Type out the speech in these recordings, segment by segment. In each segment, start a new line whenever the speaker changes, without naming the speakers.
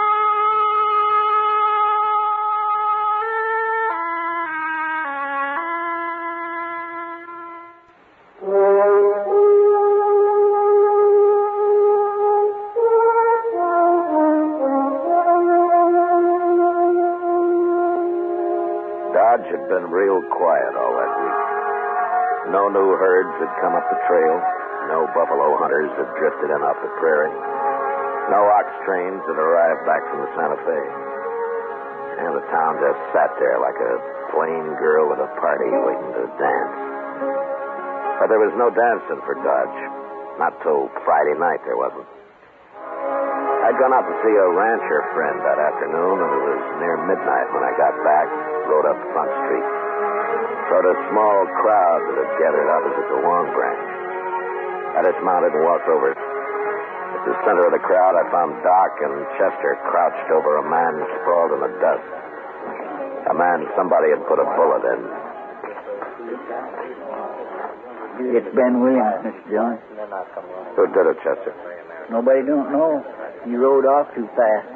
Dodge had been real quiet all that week. No new herds had come up the trail. No buffalo hunters had drifted in off the prairie. No ox trains had arrived back from the Santa Fe. And the town just sat there like a plain girl at a party waiting to dance. But there was no dancing for Dodge. Not till Friday night there wasn't. I'd gone out to see a rancher friend that afternoon, and it was near midnight when I got back, rode up Front Street. Rode a small crowd that had gathered opposite the Long Branch. I dismounted and walked over. At the center of the crowd, I found Doc and Chester crouched over a man sprawled in the dust. A man somebody had put a bullet in.
It's Ben Williams, Mr. Dillon.
Who did it, Chester?
Nobody don't know. He rode off too fast.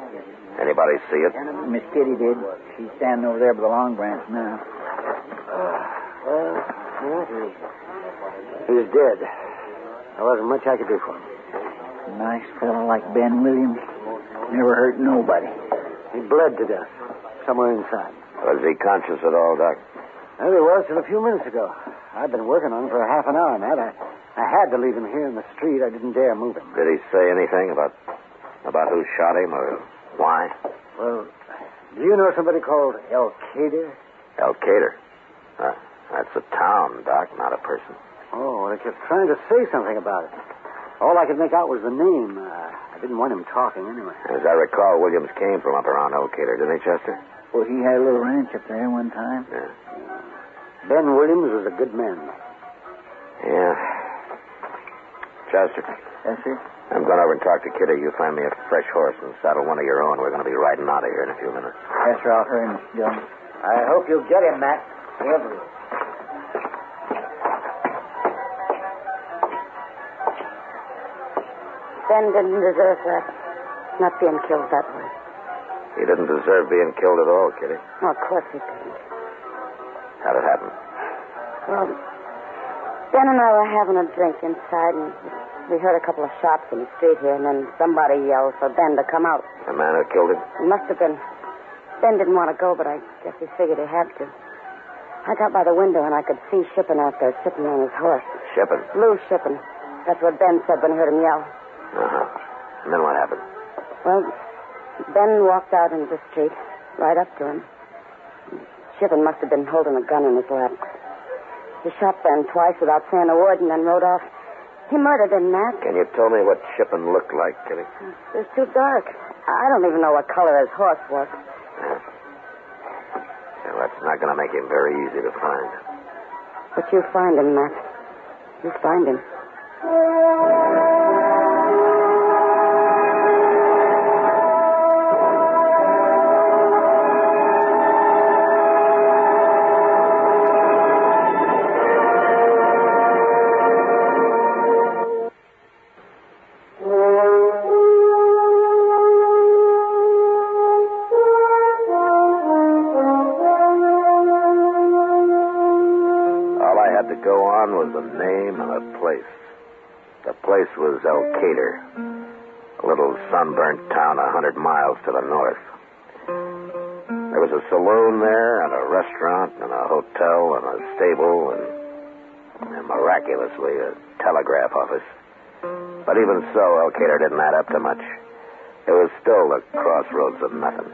Anybody see it?
Miss Kitty did. She's standing over there by the long branch now.
He's dead. There wasn't much I could do for him.
Nice fellow like Ben Williams. Never hurt nobody.
He bled to death somewhere inside.
Was he conscious at all, Doc?
There he was till a few minutes ago. I've been working on him for a half an hour, Nat. I, I had to leave him here in the street. I didn't dare move him.
Did he say anything about about who shot him or why?
Well, do you know somebody called El Qaeda?
El Cater. Uh, that's a town, Doc, not a person.
Oh, well, I kept trying to say something about it. All I could make out was the name. Uh, I didn't want him talking anyway.
As I recall, Williams came from up around El Cater, didn't he, Chester?
Well, he had a little ranch up there one time.
Yeah.
Ben Williams was a good man.
Yeah. Chester,
That's it.
I'm going over and talk to Kitty. You find me a fresh horse and saddle one of your own. We're going to be riding out of here in a few minutes.
That's her out here, Mr. Dillon. I hope you'll get him, Matt. Whoever he is.
Ben didn't deserve that. Not being killed that way.
He didn't deserve being killed at all, Kitty.
No, of course he didn't.
How'd it happen?
Well, Ben and I were having a drink inside, and we heard a couple of shots in the street here, and then somebody yelled for Ben to come out.
The man who killed him?
It must have been. Ben didn't want to go, but I guess he figured he had to. I got by the window, and I could see Shippen out there sitting on his horse.
Shippen.
Lou Shippen. That's what Ben said when he heard him yell.
Uh-huh. And then what happened?
Well, Ben walked out into the street, right up to him. Shippen must have been holding a gun in his lap. He shot Ben twice without saying a word and then rode off. He murdered him, Matt.
Can you tell me what Shippen looked like, Kitty?
It was too dark. I don't even know what color his horse was.
Well, that's not going to make him very easy to find.
But you find him, Matt. You find him.
All I had to go on was a name and a place. The place was El Cater, a little sunburnt town a hundred miles to the north. There was a saloon there, and a restaurant, and a hotel, and a stable, and, and miraculously a telegraph office. But even so, El Cater didn't add up to much. It was still the crossroads of nothing.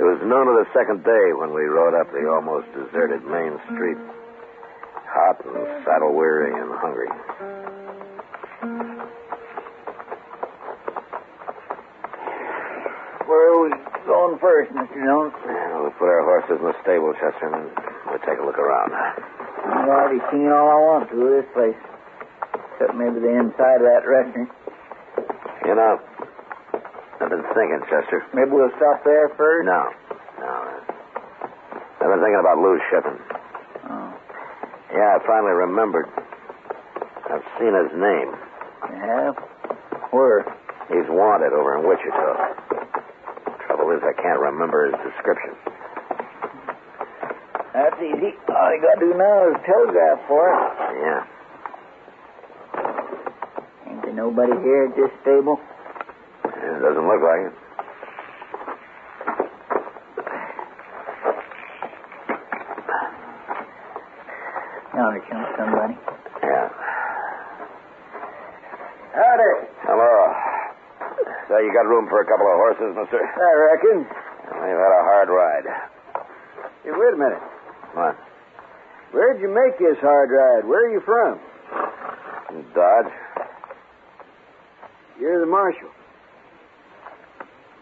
It was noon of the second day when we rode up the almost deserted main street, hot and saddle weary and hungry.
Where are we going first, Mr. Jones?
Yeah, we'll put our horses in the stable, Chester, and we'll take a look around.
I've already seen all I want to of this place. Except maybe the inside of that restaurant.
You know, I've been thinking, Chester.
Maybe we'll stop there first.
No, no. I've been thinking about Lou Shippen.
Oh,
Yeah, I finally remembered. I've seen his name.
you have? Where?
He's wanted over in Wichita. Trouble is, I can't remember his description.
That's easy. All you gotta do now is telegraph for it.
Yeah.
Ain't there nobody here at this stable?
It doesn't look like it.
Now there comes somebody.
Yeah.
Howdy.
Hello. So you got room for a couple of horses, mister?
I reckon.
We've had a hard ride.
Hey, wait a minute.
What?
Where'd you make this hard ride? Where are you from?
Dodge?
You're the marshal.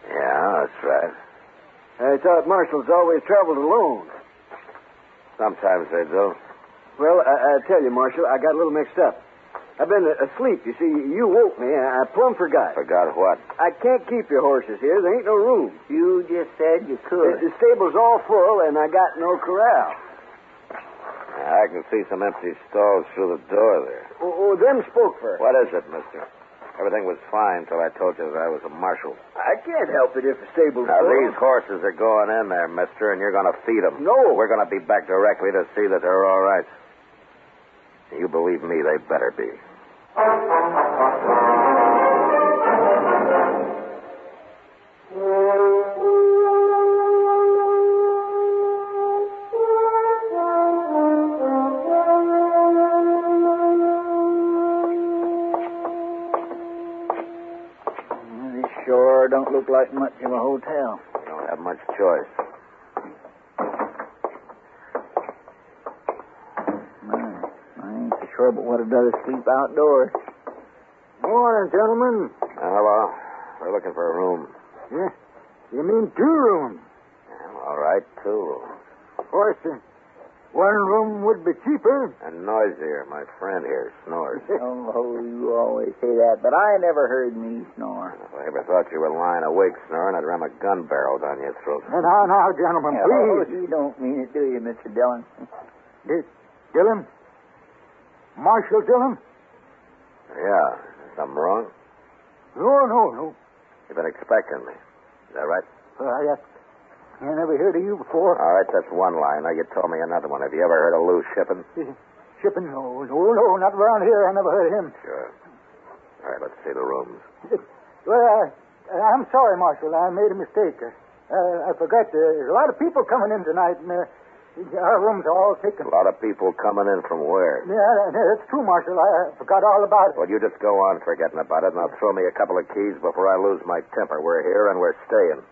Yeah, that's right.
I thought marshals always traveled alone.
Sometimes they do.
Well, I, I tell you, Marshal, I got a little mixed up. I've been a- asleep. You see, you woke me. I, I plumb forgot.
Forgot what?
I can't keep your horses here. There ain't no room.
You just said you
The,
could.
the stable's all full, and I got no corral.
I can see some empty stalls through the door there.
Oh, oh, them spoke for.
What is it, mister? Everything was fine till I told you that I was a marshal.
I can't help it if the stable's
Now,
full.
these horses are going in there, mister, and you're going to feed them.
No.
We're going to be back directly to see that they're all right. You believe me, they better be.
This sure don't look like much of a hotel.
You don't have much choice.
My, I ain't so sure but what I'd rather sleep outdoors.
Morning, gentlemen.
Now, hello. Uh, We're looking for a room.
Yeah. You mean two rooms?
Well, all right, two rooms.
Or one room would be cheaper.
And noisier. My friend here snores.
Oh, you always say that, but I never heard me snore.
if I ever thought you were lying awake snoring, I'd ram a gun barrel down your throat.
Now, now, gentlemen,
Oh, you don't mean it, do you, Mr. Dillon?
Dillon? Marshal Dillon?
Yeah. Something wrong?
No, no, no.
You've been expecting me. Is that right?
Well, Uh, I, I never heard of you
All
before.
right, that's one line. Now, you told me another one. Have you ever heard of Lou Shippen?
Shipping? No, no, no, not around here. I never heard of him.
Sure. All right, let's see the rooms.
Well, I, I'm sorry, Marshal. I made a mistake. Uh, I forgot. Uh, there's a lot of people coming in tonight, and uh, our rooms are all taken.
A lot of people coming in from where?
Yeah, that- that's true, Marshal. I, I forgot all about it.
Well, you just go on forgetting about it, and I'll throw me a couple of keys before I lose my temper. We're here and we're staying.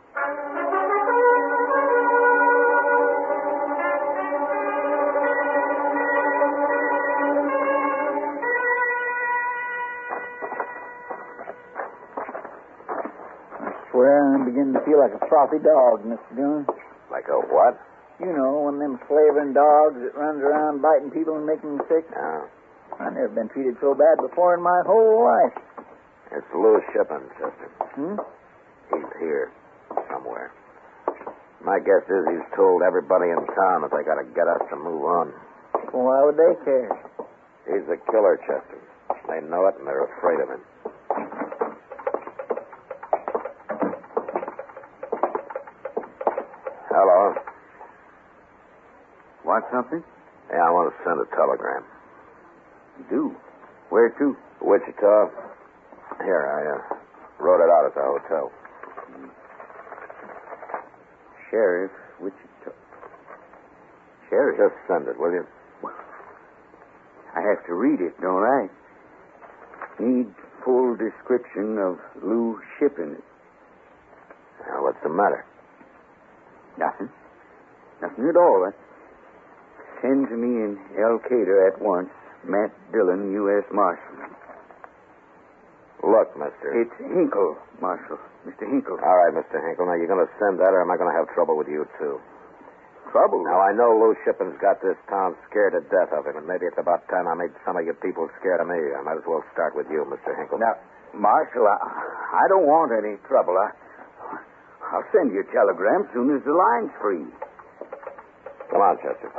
I swear I'm beginning to feel like a frothy dog, Mr. Dillon.
Like a what?
You know, one of them slavering dogs that runs around biting people and making them sick.
No.
I've never been treated so bad before in my whole life.
It's Lou Shippen, Chester.
Hmm?
He's here somewhere. My guess is he's told everybody in town that they gotta get us to move on.
Well, why would they care?
He's the killer, Chester. They know it and they're afraid of him. Hello.
Want something?
Yeah, I want to send a telegram.
do. Where to?
Wichita. Here, I uh, wrote it out at the hotel. Sheriff, Wichita. Sheriff. Just send it, will you?
I have to read it, don't I? Need full description of Lou Shippen.
Now, what's the matter?
Nothing. Nothing at all. I- Send to me in El Cater at once. Matt Dillon, U.S. Marshal.
Look, mister.
It's Hinkle, Marshal. Mr. Hinkle.
All right, Mr. Hinkle. Now, you're going to send that, or am I going to have trouble with you, too?
Trouble.
Now, I know Lou Shippen's got this town scared to death of him, and maybe it's about time I made some of you people scared of me. I might as well start with you, Mr. Hinkle.
Now, Marshal, I, I don't want any trouble. I, I'll send you a telegram soon as the line's free.
Come on, Chester.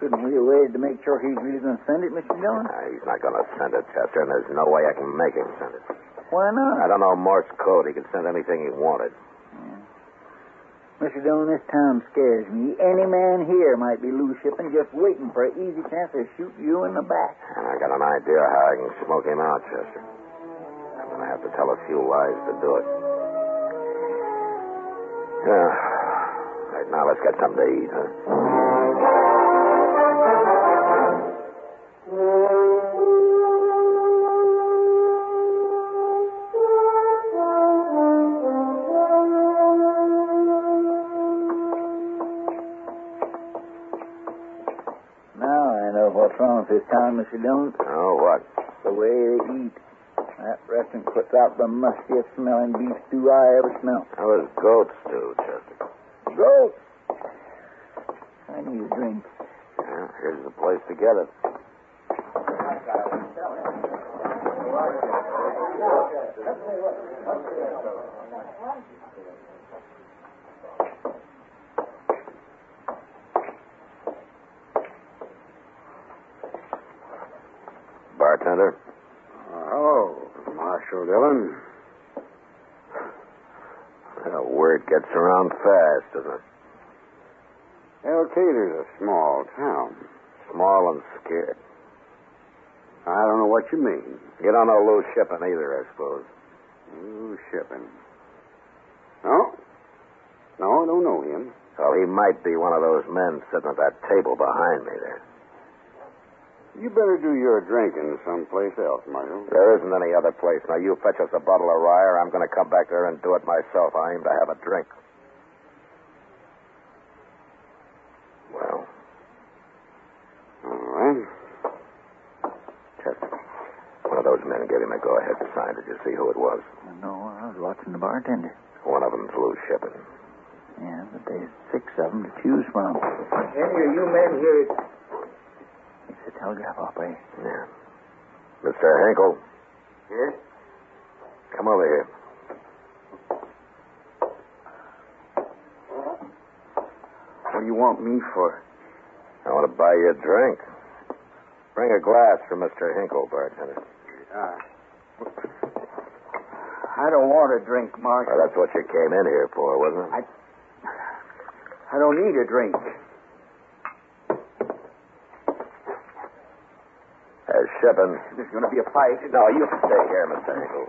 Couldn't we have waited to make sure he's really going to send it, Mr. Dillon?
Uh, he's not going to send it, Chester, and there's no way I can make him send it.
Why
I
not?
don't know Morse code. He could send anything he wanted.
Mr. Dillon, this town scares me. Any man here might be Lou Shippen just waiting for an easy chance to shoot you in the back.
And I got an idea how I can smoke him out, Chester. I'm going to have to tell a few lies to do it. Yeah. Right now, let's get something to eat, huh?
Now I know what's wrong with this town, Mr. Dillon.
Oh, what?
The way they eat. That restaurant puts out the mustiest smelling beef stew I ever smelt.
How does goats do, Chester?
Go! I need a drink.
Yeah, here's the place to get it. Bartender?
hello, Marshal Dillon.
That word gets around fast, doesn't it?
El Cater's a small town.
Small and scared.
I don't know what you mean.
You don't know Lou Shippen either, I suppose.
Ooh, shipping. No. No, I don't know him.
Well, he might be one of those men sitting at that table behind me there.
You better do your drinking someplace else, Marshal.
There isn't any other place. Now, you fetch us a bottle of rye, or I'm going to come back there and do it myself. I aim to have a drink. Well,
All right.
Chester, one of those men gave him a go-ahead sign. Did you see who it was?
No, I was watching the bartender.
One of them's Lou Shippen.
Yeah, but there's six of them to choose from.
Any of you men here
It's a telegraph operator.
Yeah. Mr. Hinkle,
Yes?
come over here.
What do you want me for?
I want to buy you a drink. Bring a glass for Mr. Hinkle, bartender.
Uh, I don't want a drink,
Well,
Marshal.
that's what you came in here for, wasn't it?
I- I don't need a drink.
Uh, Shippen.
There's going to be a fight.
No, you stay here, Mr. Hinkle.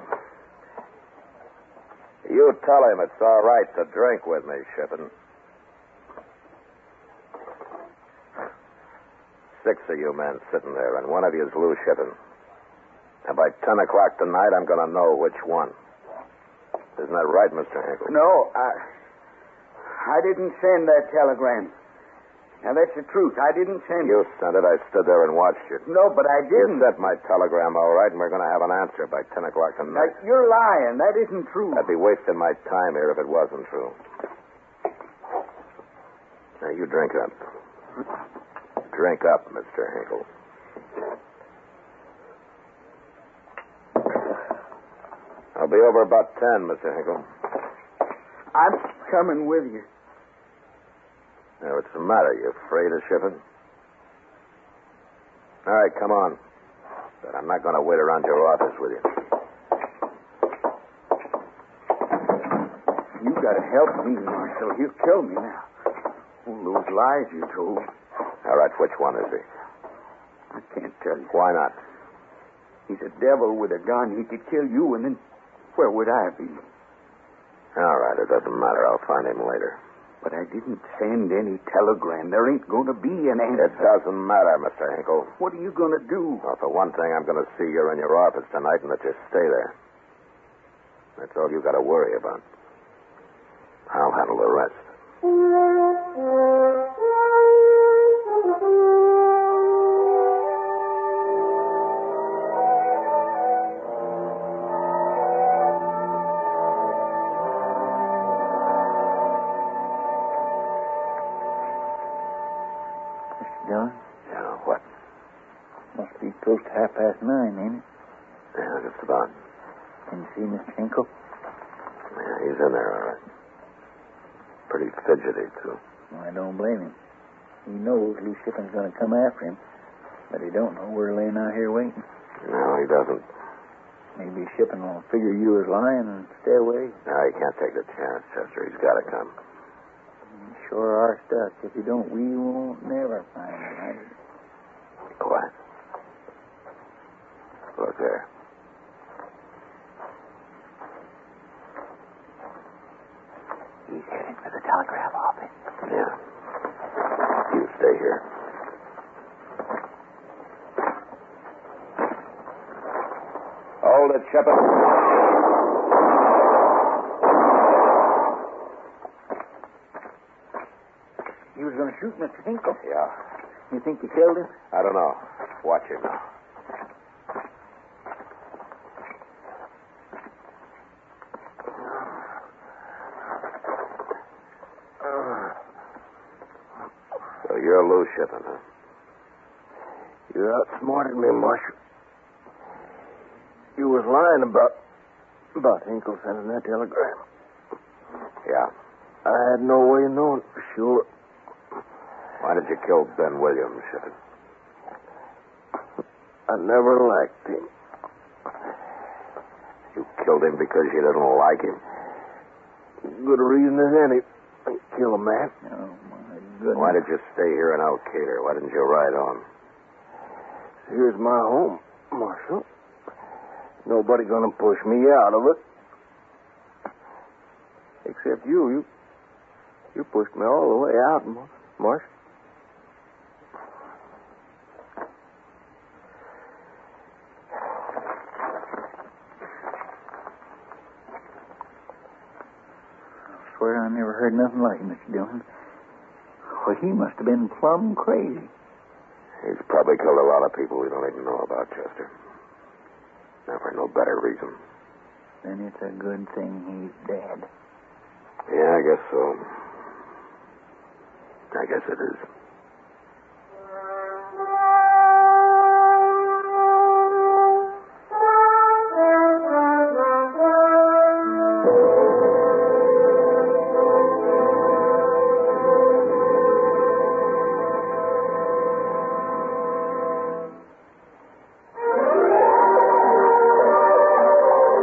You tell him it's all right to drink with me, Shippen. Six of you men sitting there, and one of you's Lou Shippen. And by ten o'clock tonight, I'm going to know which one. Isn't that right, Mr. Hinkle?
No, I, I didn't send that telegram. Now, that's the truth. I didn't send
You sent it. I stood there and watched you.
it. No, but I
You
didn't.
sent my telegram, all right, and we're going to have an answer by ten o'clock
Now,
tonight.
you're lying. That isn't true.
I'd be wasting my time here if it wasn't true. Now, you drink up. Drink up, Mr. Hinkle. I'll be over about ten, Mr. Hinkle.
I'm coming with you.
Now, what's the matter? You afraid of shipping? All right, come on. But I'm not going to wait around your office with you.
You gotta help me, Marshal. He'll kill me now. All those lies you told.
All right, which one is he?
I can't tell you.
Why not?
He's a devil with a gun. He could kill you, and then where would I be?
All right, it doesn't matter. I'll find him later.
But I didn't send any telegram. There ain't going to be an
It
answer.
doesn't matter, Mr. Hinkle.
What are you going to do?
Well, for one thing, I'm going to see you in your office tonight and let you stay there. That's all you got to worry about. I'll handle the rest.
Mr. Dillon,
Yeah, what?
must be close to half past nine, ain't it?
Yeah, just about.
Can you see Mr. Hinkle?
Yeah, he's in there, all right. Pretty fidgety, too.
Well, I don't blame him. He knows Lou Shipping's going to come after him, but he don't know we're laying out here waiting.
No, he doesn't.
Maybe Shipping will figure you as lying and stay away.
No, he can't take the chance, Chester. He's got to come.
You sure are stuck. If you don't, we won't never find him. I-
What? Look there.
He's heading for the telegraph office.
Yeah. You stay here. Hold it, Shepard.
He was going to shoot Mr. Hinkle.
Yeah.
You think you killed him?
I don't know. Watch him now. So you're Lou Shippen, huh?
You outsmarted me, Marshal. You was lying about about Hinkle sending that telegram.
Yeah.
I had no way of knowing for sure.
Why did you kill Ben Williams, Shippen?
I never liked him.
You killed him because you didn't like him?
Good reason as any. Kill a man.
Oh, my goodness.
Why did you stay here in Alcater? Why didn't you ride on?
Here's my home, Marshal. Nobody gonna push me out of it. Except you. You you pushed me all the way out, Mar- Marshal.
I swear I never heard nothing like it, Mr. Dillon. Well, he must have been plumb crazy.
He's probably killed a lot of people we don't even know about, Chester. Never no better reason.
Then it's a good thing he's dead.
Yeah, I guess so. I guess it is.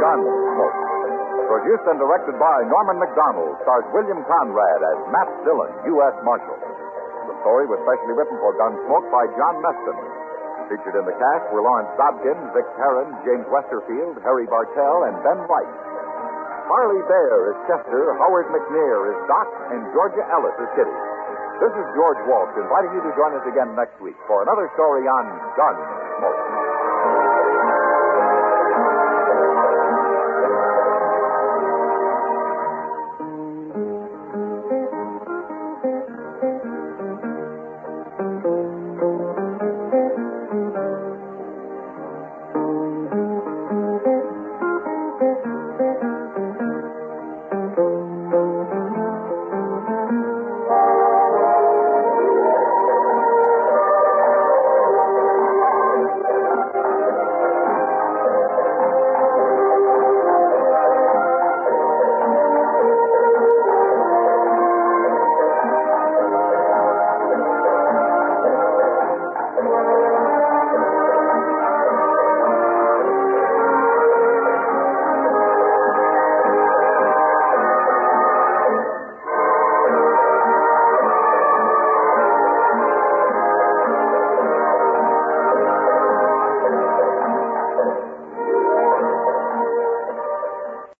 Gunsmoke. Produced and directed by Norman McDonald, stars William Conrad as Matt Dillon, U.S. Marshal. The story was specially written for Gunsmoke by John Meston. Featured in the cast were Lawrence Dobkin, Vic Perrin, James Westerfield, Harry Bartell, and Ben White. Marley Bear is Chester, Howard McNair is Doc, and Georgia Ellis is Kitty. This is George Walsh inviting you to join us again next week for another story on Gunsmoke.